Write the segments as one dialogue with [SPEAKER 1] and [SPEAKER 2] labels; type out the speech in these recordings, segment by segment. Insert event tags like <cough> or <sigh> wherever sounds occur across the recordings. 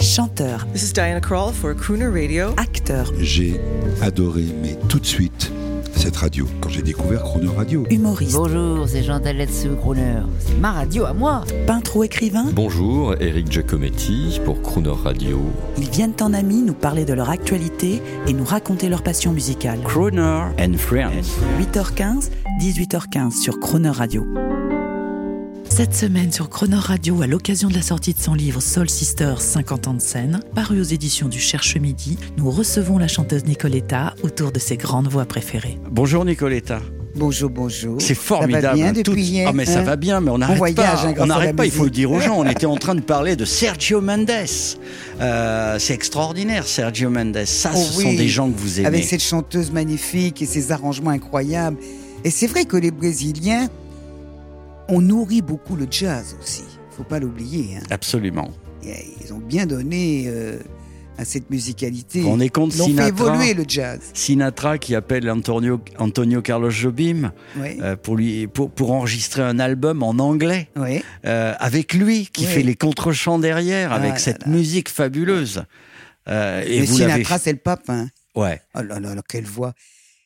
[SPEAKER 1] chanteur,
[SPEAKER 2] This is Diana Krall for Crooner Radio.
[SPEAKER 1] acteur,
[SPEAKER 3] J'ai adoré, mais tout de suite, cette radio. Quand j'ai découvert Chrono Radio,
[SPEAKER 1] humoriste,
[SPEAKER 4] Bonjour, c'est Jean Daletsu, Crooner. C'est ma radio à moi.
[SPEAKER 1] peintre ou écrivain,
[SPEAKER 5] Bonjour, Eric Giacometti pour Crooner Radio.
[SPEAKER 1] ils viennent en amis nous parler de leur actualité et nous raconter leur passion musicale.
[SPEAKER 6] Crooner and Friends.
[SPEAKER 1] 8h15, 18h15 sur Croner Radio.
[SPEAKER 7] Cette semaine sur Chrono Radio, à l'occasion de la sortie de son livre Soul Sisters 50 ans de scène, paru aux éditions du Cherche Midi, nous recevons la chanteuse Nicoletta autour de ses grandes voix préférées.
[SPEAKER 6] Bonjour Nicoletta.
[SPEAKER 8] Bonjour, bonjour.
[SPEAKER 6] C'est formidable.
[SPEAKER 8] Ça va bien
[SPEAKER 6] hein,
[SPEAKER 8] depuis
[SPEAKER 6] tout-
[SPEAKER 8] hier.
[SPEAKER 6] Ah mais ça
[SPEAKER 8] hein.
[SPEAKER 6] va bien, mais on n'arrête
[SPEAKER 8] voyage,
[SPEAKER 6] pas.
[SPEAKER 8] hein, grâce
[SPEAKER 6] on
[SPEAKER 8] à la
[SPEAKER 6] n'arrête pas. Il faut le
[SPEAKER 8] musique.
[SPEAKER 6] dire aux
[SPEAKER 8] <laughs>
[SPEAKER 6] gens. On était en train de parler de Sergio Mendes. Euh, c'est extraordinaire, Sergio Mendes. Ça,
[SPEAKER 8] Oh
[SPEAKER 6] ce sont
[SPEAKER 8] oui, Ah,
[SPEAKER 6] des gens que vous aimez.
[SPEAKER 8] Avec cette chanteuse magnifique et ses arrangements incroyables. Et c'est vrai que les Brésiliens, on nourrit beaucoup le jazz aussi. Faut pas l'oublier. hein.
[SPEAKER 6] Absolument.
[SPEAKER 8] Et Ils ont bien donné euh, à cette musicalité.
[SPEAKER 6] On est contre
[SPEAKER 8] Ils l'ont fait
[SPEAKER 6] Sinatra.
[SPEAKER 8] évoluer le jazz.
[SPEAKER 6] Sinatra qui appelle Antonio, Antonio Carlos Jobim
[SPEAKER 8] Oui.
[SPEAKER 6] euh, pour, lui, pour, pour enregistrer un album en anglais
[SPEAKER 8] oui.
[SPEAKER 6] euh, avec lui qui
[SPEAKER 8] Oui. Ah
[SPEAKER 6] fait les contre-chants derrière avec
[SPEAKER 8] là
[SPEAKER 6] cette
[SPEAKER 8] là.
[SPEAKER 6] musique fabuleuse. Euh, et
[SPEAKER 8] Mais
[SPEAKER 6] vous l'avez.
[SPEAKER 8] Sinatra, c'est le pape. Hein.
[SPEAKER 6] Ouais.
[SPEAKER 8] Oh là là, là, quelle voix.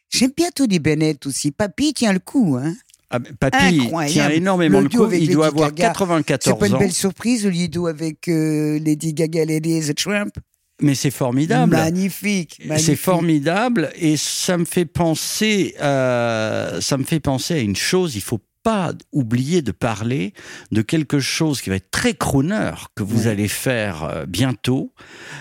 [SPEAKER 8] J'aime bien Tony Bennett aussi. Papy tient le coup. Hein.
[SPEAKER 6] Ah, mais papy
[SPEAKER 8] Incroyable.
[SPEAKER 6] tient énormément
[SPEAKER 8] Le
[SPEAKER 6] le
[SPEAKER 8] duo
[SPEAKER 6] coup.
[SPEAKER 8] avec
[SPEAKER 6] Il doit
[SPEAKER 8] Lady
[SPEAKER 6] avoir
[SPEAKER 8] Gaga. C'est
[SPEAKER 6] 94
[SPEAKER 8] pas une
[SPEAKER 6] ans.
[SPEAKER 8] belle surprise, le lido avec euh, Lady Gaga, Lady The Trump.
[SPEAKER 6] Mais c'est formidable.
[SPEAKER 8] Magnifique.
[SPEAKER 6] C'est
[SPEAKER 8] magnifique.
[SPEAKER 6] formidable et ça me fait penser, euh, ça me fait penser à une chose. Il faut pas oublier de parler de quelque chose qui va être très crooner que vous
[SPEAKER 8] Ouais.
[SPEAKER 6] allez faire euh, bientôt.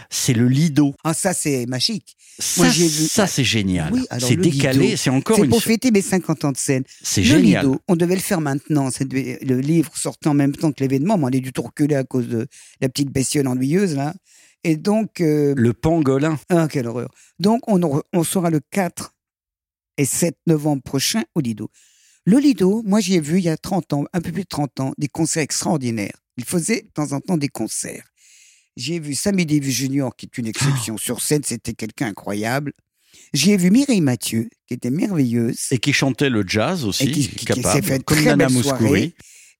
[SPEAKER 6] C'est le lido.
[SPEAKER 8] Ah, ça, c'est magique.
[SPEAKER 6] Ça,
[SPEAKER 8] Moi, j'ai vu-
[SPEAKER 6] ça, c'est génial.
[SPEAKER 8] Oui, alors
[SPEAKER 6] c'est
[SPEAKER 8] le
[SPEAKER 6] décalé.
[SPEAKER 8] Lido,
[SPEAKER 6] C'est encore
[SPEAKER 8] c'est
[SPEAKER 6] une.
[SPEAKER 8] pour fêter mes 50 ans de scène.
[SPEAKER 6] C'est
[SPEAKER 8] le
[SPEAKER 6] génial.
[SPEAKER 8] Lido, on devait le faire maintenant. c'est de- Le livre sortait en même temps que l'événement, mais on est du tout reculé à cause de la petite bestiole ennuyeuse, là. Et donc, euh,
[SPEAKER 6] Le pangolin.
[SPEAKER 8] ah, quelle horreur. Donc, on, aura- on sera le 4 et 7 novembre prochain au Lido. Le Lido, moi, j'y ai vu il y a 30 ans, un peu plus de 30 ans, des concerts extraordinaires. Il faisait de temps en temps des concerts. J'y ai vu Sammy Davis Junior, qui est une exception sur scène, c'était quelqu'un incroyable. J'y ai vu Mireille Mathieu, qui était merveilleuse.
[SPEAKER 6] Et qui chantait le jazz aussi.
[SPEAKER 8] Et qui- qui- qui
[SPEAKER 6] capable,
[SPEAKER 8] s'est fait
[SPEAKER 6] comme
[SPEAKER 8] très
[SPEAKER 6] Nana
[SPEAKER 8] belle
[SPEAKER 6] Mouskouri.
[SPEAKER 8] soirée.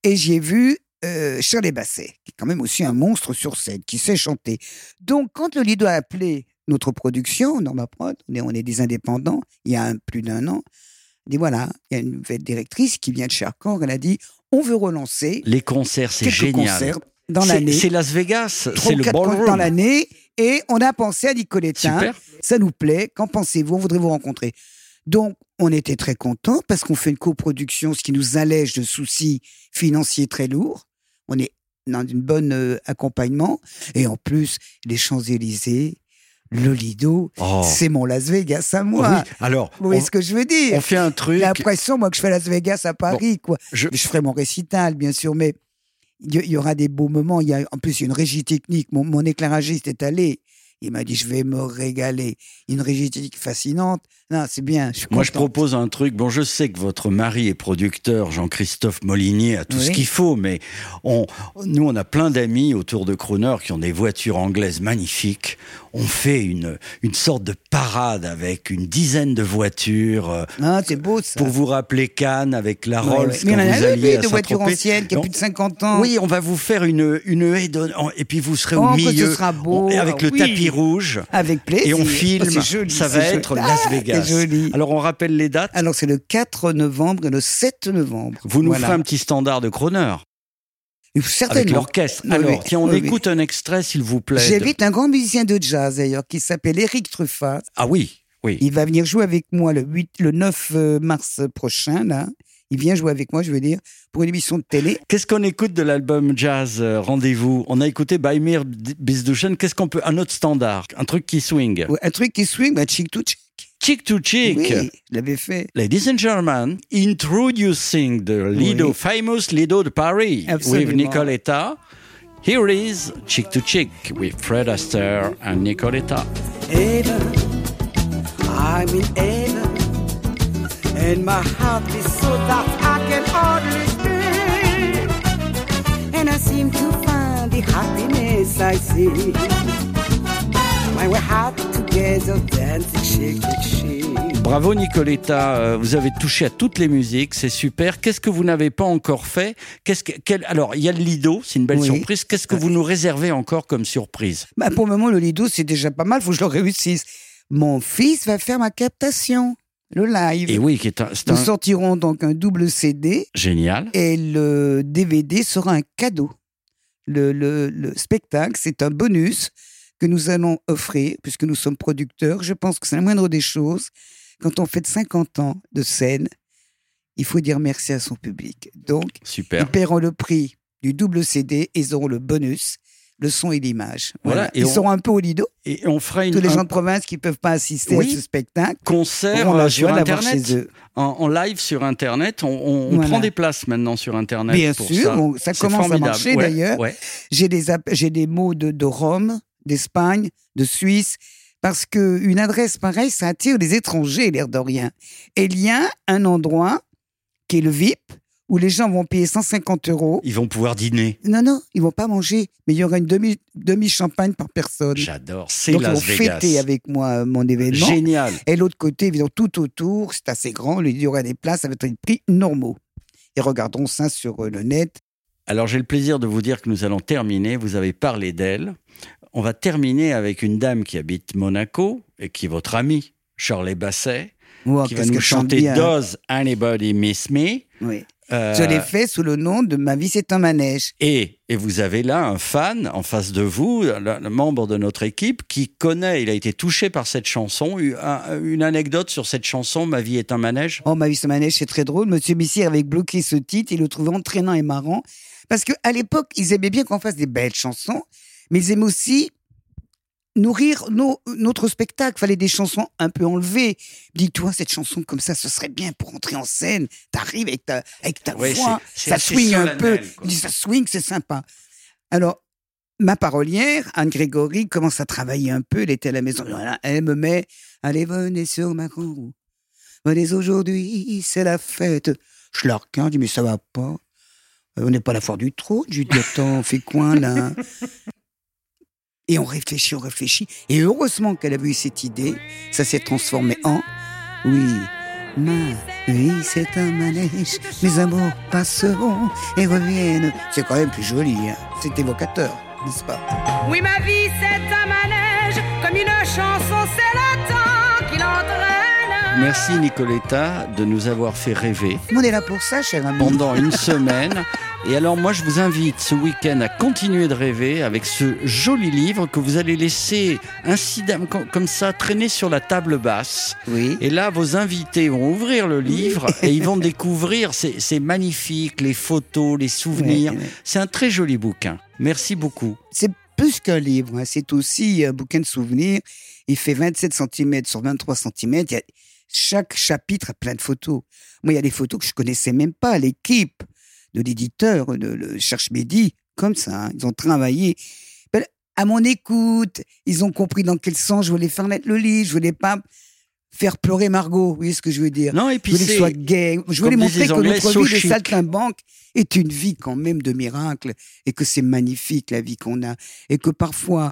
[SPEAKER 8] Et j'y ai vu euh, Shirley Basset, qui est quand même aussi un monstre sur scène, qui sait chanter. Donc, quand le Lido a appelé notre production, Norma Prod, on est, on est des indépendants, il y a un- plus d'un an, il dit voilà, il y a une nouvelle directrice qui vient de Charcor, elle a dit on veut relancer
[SPEAKER 6] Les concerts, c'est
[SPEAKER 8] quelques
[SPEAKER 6] génial.
[SPEAKER 8] concerts dans
[SPEAKER 6] C'est-
[SPEAKER 8] l'année.
[SPEAKER 6] C'est Las Vegas,
[SPEAKER 8] trois
[SPEAKER 6] c'est
[SPEAKER 8] ou
[SPEAKER 6] le
[SPEAKER 8] quatre concerts dans
[SPEAKER 6] ballroom.
[SPEAKER 8] l'année. hein. Et on a pensé à Nicoletta.
[SPEAKER 6] Super.
[SPEAKER 8] Ça nous plaît. Qu'en pensez-vous On voudrait vous rencontrer. Donc, on était très contents parce qu'on fait une coproduction, ce qui nous allège de soucis financiers très lourds. On est dans une bonne euh, accompagnement. Et en plus, les Champs-Élysées, le Lido,
[SPEAKER 6] Oh.
[SPEAKER 8] c'est mon Las Vegas à moi.
[SPEAKER 6] Oui, alors,
[SPEAKER 8] Vous voyez
[SPEAKER 6] on-
[SPEAKER 8] ce que je veux dire
[SPEAKER 6] on fait un truc.
[SPEAKER 8] J'ai l'impression, moi, que je fais Las Vegas à Paris, quoi.
[SPEAKER 6] je-
[SPEAKER 8] Je ferai mon récital, bien sûr, mais il y, il y aura des beaux moments. Il y a en plus il y a une régie technique. Mon, mon éclairagiste est allé. Il m'a dit, je vais me régaler. Une régie technique fascinante. Non, c'est bien. Je suis
[SPEAKER 6] Moi, je
[SPEAKER 8] content.
[SPEAKER 6] propose un truc. Bon, je sais que votre mari est producteur, Jean-Christophe Molinier, a tout
[SPEAKER 8] Oui.
[SPEAKER 6] ce qu'il faut, mais on, nous, on a plein d'amis autour de Crooner qui ont des voitures anglaises magnifiques. On fait une, une sorte de parade avec une dizaine de voitures euh,
[SPEAKER 8] Ah, c'est beau, ça.
[SPEAKER 6] pour vous rappeler Cannes avec la
[SPEAKER 8] Ouais,
[SPEAKER 6] Rolls
[SPEAKER 8] ouais.
[SPEAKER 6] quand
[SPEAKER 8] Mais on en
[SPEAKER 6] vous
[SPEAKER 8] a
[SPEAKER 6] alliez
[SPEAKER 8] vu
[SPEAKER 6] à
[SPEAKER 8] de voitures
[SPEAKER 6] Saint-Tropez.
[SPEAKER 8] anciennes qui a
[SPEAKER 6] Non.
[SPEAKER 8] plus de 50 ans.
[SPEAKER 6] Oui, on va vous faire une, une haie de- et puis vous serez
[SPEAKER 8] Hein. Oh,
[SPEAKER 6] au
[SPEAKER 8] que ce
[SPEAKER 6] milieu
[SPEAKER 8] sera beau,
[SPEAKER 6] on- avec le
[SPEAKER 8] oui.
[SPEAKER 6] tapis rouge.
[SPEAKER 8] Avec plaisir.
[SPEAKER 6] Et on
[SPEAKER 8] Oh,
[SPEAKER 6] filme,
[SPEAKER 8] c'est joli,
[SPEAKER 6] ça
[SPEAKER 8] c'est
[SPEAKER 6] va
[SPEAKER 8] joli.
[SPEAKER 6] être
[SPEAKER 8] Ah,
[SPEAKER 6] Las Vegas.
[SPEAKER 8] C'est joli.
[SPEAKER 6] Alors on rappelle les dates.
[SPEAKER 8] Alors, c'est le 4 novembre et le 7 novembre.
[SPEAKER 6] Vous nous
[SPEAKER 8] Voilà.
[SPEAKER 6] ferez un petit standard de Croner avec
[SPEAKER 8] Certainement.
[SPEAKER 6] l'orchestre.
[SPEAKER 8] Oui,
[SPEAKER 6] Alors,
[SPEAKER 8] oui.
[SPEAKER 6] tiens, on
[SPEAKER 8] Oui, oui.
[SPEAKER 6] écoute un extrait, s'il vous plaît. de-
[SPEAKER 8] J'invite un grand musicien de jazz, d'ailleurs, qui s'appelle Eric Truffat.
[SPEAKER 6] Ah oui, oui.
[SPEAKER 8] Il va venir jouer avec moi le, 8, le 9 euh, mars prochain, là. Il vient jouer avec moi, je veux dire, pour une émission de télé.
[SPEAKER 6] Qu'est-ce qu'on écoute de l'album jazz euh, Rendez-vous On a écouté Baimir Bizdouchen. Qu'est-ce qu'on peut Un autre standard, un truc qui swing.
[SPEAKER 8] Ouais, Un truc qui swing, bah, chic to chic.
[SPEAKER 6] Chick to chick.
[SPEAKER 8] Oui, je l'avais fait.
[SPEAKER 6] Ladies and gentlemen, introducing the Lido,
[SPEAKER 8] Oui.
[SPEAKER 6] famous Lido de Paris, with
[SPEAKER 8] Absolument.
[SPEAKER 6] Nicoletta. Here is Chick to Chick with Fred Astaire and Nicoletta.
[SPEAKER 9] heaven. I'm in heaven, and my heart is so that I can hardly speak. And I seem to find the happiness I see. My we had together dancing, shake, shake, shake.
[SPEAKER 6] Bravo Nicoletta, euh, vous avez touché à toutes les musiques, c'est super. Qu'est-ce que vous n'avez pas encore fait Qu'est-ce que quel- alors il y a le Lido, c'est une belle
[SPEAKER 8] Oui.
[SPEAKER 6] surprise. Qu'est-ce que
[SPEAKER 8] Ouais.
[SPEAKER 6] vous nous réservez encore comme surprise
[SPEAKER 8] Bah, pour le moment, le Lido, c'est déjà pas mal, faut que je le réussisse. Mon fils va faire ma captation, le live.
[SPEAKER 6] Et oui, hein. qui est un, c'est
[SPEAKER 8] Nous
[SPEAKER 6] un-
[SPEAKER 8] sortirons donc un double CD
[SPEAKER 6] génial.
[SPEAKER 8] et le DVD sera un cadeau. Le, le- le spectacle, c'est un bonus que nous allons offrir, puisque nous sommes producteurs. Je pense que c'est la moindre des choses. Quand on fête 50 ans de scène, il faut dire merci à son public. Donc,
[SPEAKER 6] Super.
[SPEAKER 8] ils paieront le prix du double CD et ils auront le bonus, le son et l'image.
[SPEAKER 6] Voilà,
[SPEAKER 8] Voilà.
[SPEAKER 6] et
[SPEAKER 8] ils
[SPEAKER 6] on-
[SPEAKER 8] seront un peu au lido.
[SPEAKER 6] Et on fera une,
[SPEAKER 8] Tous les
[SPEAKER 6] un
[SPEAKER 8] gens de province qui ne peuvent pas assister
[SPEAKER 6] Oui.
[SPEAKER 8] à ce spectacle,
[SPEAKER 6] concert
[SPEAKER 8] auront
[SPEAKER 6] euh,
[SPEAKER 8] la
[SPEAKER 6] sur
[SPEAKER 8] joie d'avoir
[SPEAKER 6] internet.
[SPEAKER 8] chez eux.
[SPEAKER 6] En, en live sur internet, on, on- on
[SPEAKER 8] Voilà.
[SPEAKER 6] prend des places maintenant sur internet.
[SPEAKER 8] Bien
[SPEAKER 6] pour
[SPEAKER 8] sûr,
[SPEAKER 6] ça.
[SPEAKER 8] bon, ça
[SPEAKER 6] C'est
[SPEAKER 8] commence
[SPEAKER 6] formidable.
[SPEAKER 8] à marcher
[SPEAKER 6] Ouais,
[SPEAKER 8] d'ailleurs.
[SPEAKER 6] ouais.
[SPEAKER 8] J'ai des, app- j'ai des mots de, de Rome, d'Espagne, de Suisse, parce que une adresse pareille, ça attire les étrangers, l'air de rien. Et il y a un endroit qui est le VIP, où les gens vont payer 150 euros.
[SPEAKER 6] Ils vont pouvoir dîner.
[SPEAKER 8] Non, non, ils vont pas manger, mais il y aura une demi, demi-champagne par personne.
[SPEAKER 6] J'adore. C'est
[SPEAKER 8] Donc ils
[SPEAKER 6] Las
[SPEAKER 8] vont
[SPEAKER 6] Vegas.
[SPEAKER 8] fêter avec moi euh, mon événement.
[SPEAKER 6] Génial.
[SPEAKER 8] Et l'autre côté, évidemment, tout autour, c'est assez grand, il y aura des places avec des prix normaux. Et regarderont ça sur euh, le net.
[SPEAKER 6] Alors j'ai le plaisir de vous dire que nous allons terminer. Vous avez parlé d'elle. On va terminer avec une dame qui habite Monaco et qui est votre amie, Shirley Basset,
[SPEAKER 8] Ouah,
[SPEAKER 6] qui va
[SPEAKER 8] Oh, qu'est-ce
[SPEAKER 6] nous
[SPEAKER 8] que chante
[SPEAKER 6] chanter
[SPEAKER 8] bien.
[SPEAKER 6] Does Anybody Miss Me
[SPEAKER 8] Oui.
[SPEAKER 6] Euh,
[SPEAKER 8] Je l'ai fait sous le nom de Ma vie, c'est un manège.
[SPEAKER 6] et, et vous avez là un fan en face de vous, le, le membre de notre équipe, qui connaît, il a été touché par cette chanson. Eu- un- Une anecdote sur cette chanson, Ma vie est un manège.
[SPEAKER 8] Oh, Ma vie, c'est un manège, c'est très drôle. Monsieur Missire avait bloqué ce titre, il le trouvait entraînant et marrant. Parce qu'à l'époque, ils aimaient bien qu'on fasse des belles chansons, mais ils aimaient aussi nourrir nos- notre spectacle. fallait des chansons un peu enlevées. Dis-toi, cette chanson comme ça, ce serait bien pour entrer en scène. T'arrives avec ta, avec ta
[SPEAKER 6] Ouais,
[SPEAKER 8] voix,
[SPEAKER 6] c'est- c'est
[SPEAKER 8] ça
[SPEAKER 6] assez
[SPEAKER 8] swing un peu.
[SPEAKER 6] solennel, quoi.
[SPEAKER 8] Il dit, Ça swing, c'est sympa. Alors, ma parolière, Anne Grégory, commence à travailler un peu. Elle était à la maison. Voilà, elle me met Allez, venez sur ma roue. Venez aujourd'hui, c'est la fête. Je la regarde, je dis Mais ça va pas. Euh, On n'est pas à la foire du trône. Je lui dis Attends, on fait coin là Et on réfléchit, on réfléchit. Et heureusement qu'elle avait eu cette idée. Ça s'est transformé en Oui. Ma vie, c'est un manège, mes amours passeront et reviennent. C'est quand même plus joli, hein. c'est évocateur, n'est-ce pas
[SPEAKER 10] Oui, ma vie, c'est un manège, comme une chanson, c'est le temps qui l'entraîne.
[SPEAKER 6] Merci Nicoletta de nous avoir fait rêver.
[SPEAKER 8] On est là pour ça, cher ami.
[SPEAKER 6] pendant une semaine. Et alors moi, je vous invite ce week-end à continuer de rêver avec ce joli livre que vous allez laisser incidemment com- comme ça traîner sur la table basse.
[SPEAKER 8] Oui.
[SPEAKER 6] Et là, vos invités vont ouvrir le livre et ils vont découvrir, c'est c'est magnifique, les photos, les souvenirs.
[SPEAKER 8] Ouais, ouais.
[SPEAKER 6] C'est un très joli bouquin. Merci beaucoup.
[SPEAKER 8] C'est plus qu'un livre, hein. c'est aussi un bouquin de souvenirs. Il fait 27 cm sur 23 cm. Chaque chapitre a plein de photos. Moi, il y a des photos que je connaissais même pas. L'équipe de l'éditeur, de le Cherche Midi, comme ça, hein. ils ont travaillé. Ben, À mon écoute, ils ont compris dans quel sens je voulais faire naître le livre. Je voulais pas faire pleurer Margot. Vous voyez ce que je veux dire
[SPEAKER 6] Non, et
[SPEAKER 8] Je
[SPEAKER 6] puis
[SPEAKER 8] voulais que
[SPEAKER 6] c'est...
[SPEAKER 8] ce soit gay. Je voulais
[SPEAKER 6] comme disent
[SPEAKER 8] montrer
[SPEAKER 6] les
[SPEAKER 8] que
[SPEAKER 6] Anglais,
[SPEAKER 8] notre
[SPEAKER 6] so
[SPEAKER 8] vie de
[SPEAKER 6] chic.
[SPEAKER 8] saltimbanque est une vie quand même de miracle et que c'est magnifique la vie qu'on a et que parfois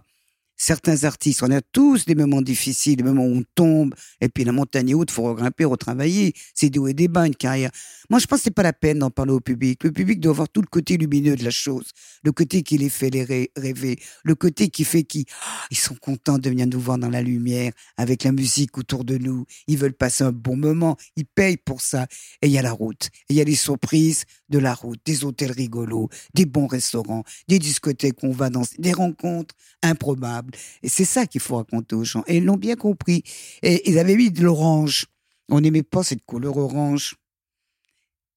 [SPEAKER 8] certains artistes, on a tous des moments difficiles, des moments où on tombe et puis la montagne est haute, faut regrimper, retravailler, c'est des hauts et des bas une carrière. Moi je pense que c'est pas la peine d'en parler au public. Le public doit voir tout le côté lumineux de la chose, le côté qui les fait les ré- rêver, le côté qui fait qu'ils oh, ils sont contents de venir nous voir dans la lumière avec la musique autour de nous. Ils veulent passer un bon moment, ils payent pour ça. Et il y a la route. Et il y a les surprises de la route, des hôtels rigolos, des bons restaurants, des discothèques où on va danser, des rencontres improbables. Et c'est ça qu'il faut raconter aux gens. Et ils l'ont bien compris. Et ils avaient mis de l'orange. On n'aimait pas cette couleur orange.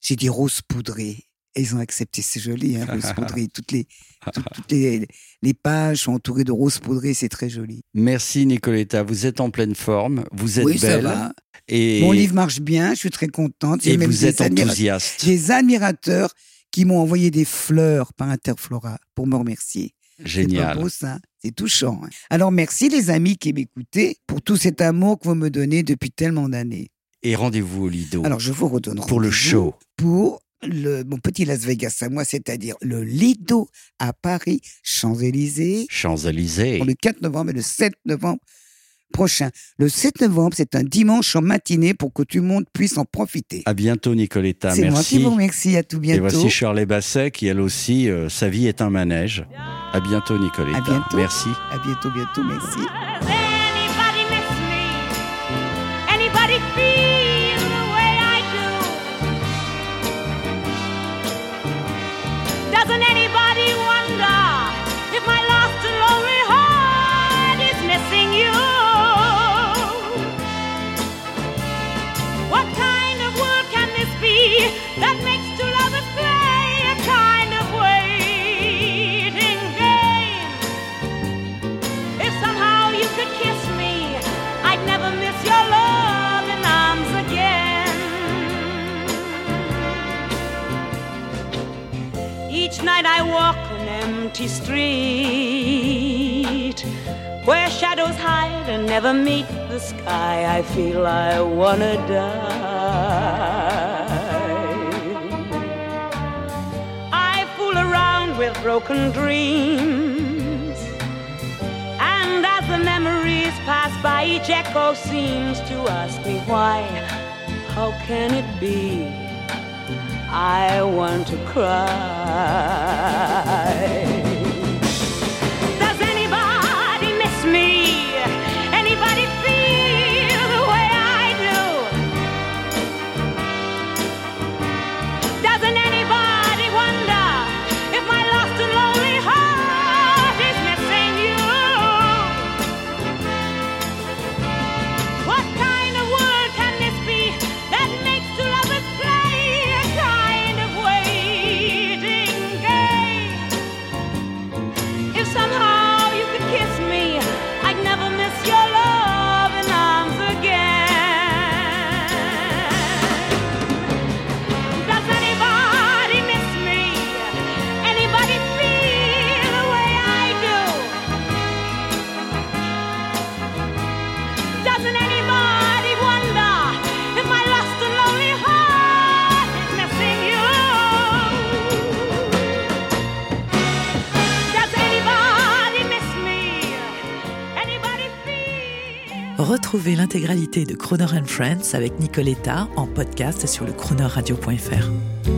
[SPEAKER 8] J'ai dit rose poudrée. Et ils ont accepté, c'est joli, hein,
[SPEAKER 6] <laughs>
[SPEAKER 8] rose poudrée. Toutes les, tout- toutes les, les pages sont entourées de rose poudrée, c'est très joli.
[SPEAKER 6] Merci Nicoletta, vous êtes en pleine forme, vous êtes
[SPEAKER 8] oui, ça
[SPEAKER 6] belle.
[SPEAKER 8] va.
[SPEAKER 6] Et...
[SPEAKER 8] Mon livre marche bien, je suis très contente. J'ai
[SPEAKER 6] et
[SPEAKER 8] même
[SPEAKER 6] vous
[SPEAKER 8] des
[SPEAKER 6] êtes
[SPEAKER 8] admira-
[SPEAKER 6] enthousiaste.
[SPEAKER 8] J'ai des admirateurs qui m'ont envoyé des fleurs par Interflora pour me remercier. C'est
[SPEAKER 6] Génial.
[SPEAKER 8] pas beau ça, c'est touchant. hein. Alors merci les amis qui m'écoutez pour tout cet amour que vous me donnez depuis tellement d'années.
[SPEAKER 6] Et rendez-vous au Lido
[SPEAKER 8] Alors je vous redonne
[SPEAKER 6] pour le
[SPEAKER 8] rendez-vous
[SPEAKER 6] show.
[SPEAKER 8] pour le, mon petit Las Vegas à moi, c'est-à-dire le Lido à Paris, Champs-Élysées,
[SPEAKER 6] Champs-Élysées.
[SPEAKER 8] pour le 4 novembre et le 7 novembre prochain. Le 7 novembre, c'est un dimanche en matinée pour que tout le monde puisse en profiter.
[SPEAKER 6] À bientôt, Nicoletta.
[SPEAKER 8] C'est moi qui
[SPEAKER 6] Ah, Merci.
[SPEAKER 8] vous remercie. À tout
[SPEAKER 6] Et
[SPEAKER 8] bientôt.
[SPEAKER 6] voici Shirley Basset qui, elle aussi, euh, sa vie est un manège. À bientôt, Nicoletta.
[SPEAKER 8] À bientôt.
[SPEAKER 6] Merci.
[SPEAKER 8] À bientôt, bientôt. Merci.
[SPEAKER 10] Anybody miss me? Anybody feel the way I do? Doesn't anybody wonder if my lost and lonely heart is missing you? What kind of world can this be that makes two lovers play a kind of waiting game? If somehow you could kiss me, I'd never miss your love in arms again. Each night I walk an empty street where shadows hide and never meet the sky. I feel I wanna die. I fool around with broken dreams. And as the memories pass by, each echo seems to ask me why. How can it be? I want to cry. Does anybody miss me? Anybody feel the way I do? Doesn't anybody wonder if my lost and lonely heart is missing you? What kind of world can this be that makes two lovers play a kind of waiting game? If somehow you could kiss me, I'd never miss your love and arms again. Does anybody miss me? Anybody feel the way I do? Doesn't anybody wonder if my lost and lonely heart is missing you? Does anybody miss me? Anybody feel?
[SPEAKER 7] Retrouvez l'intégralité de Croner and Friends avec Nicoletta en podcast sur le chronoradio.fr.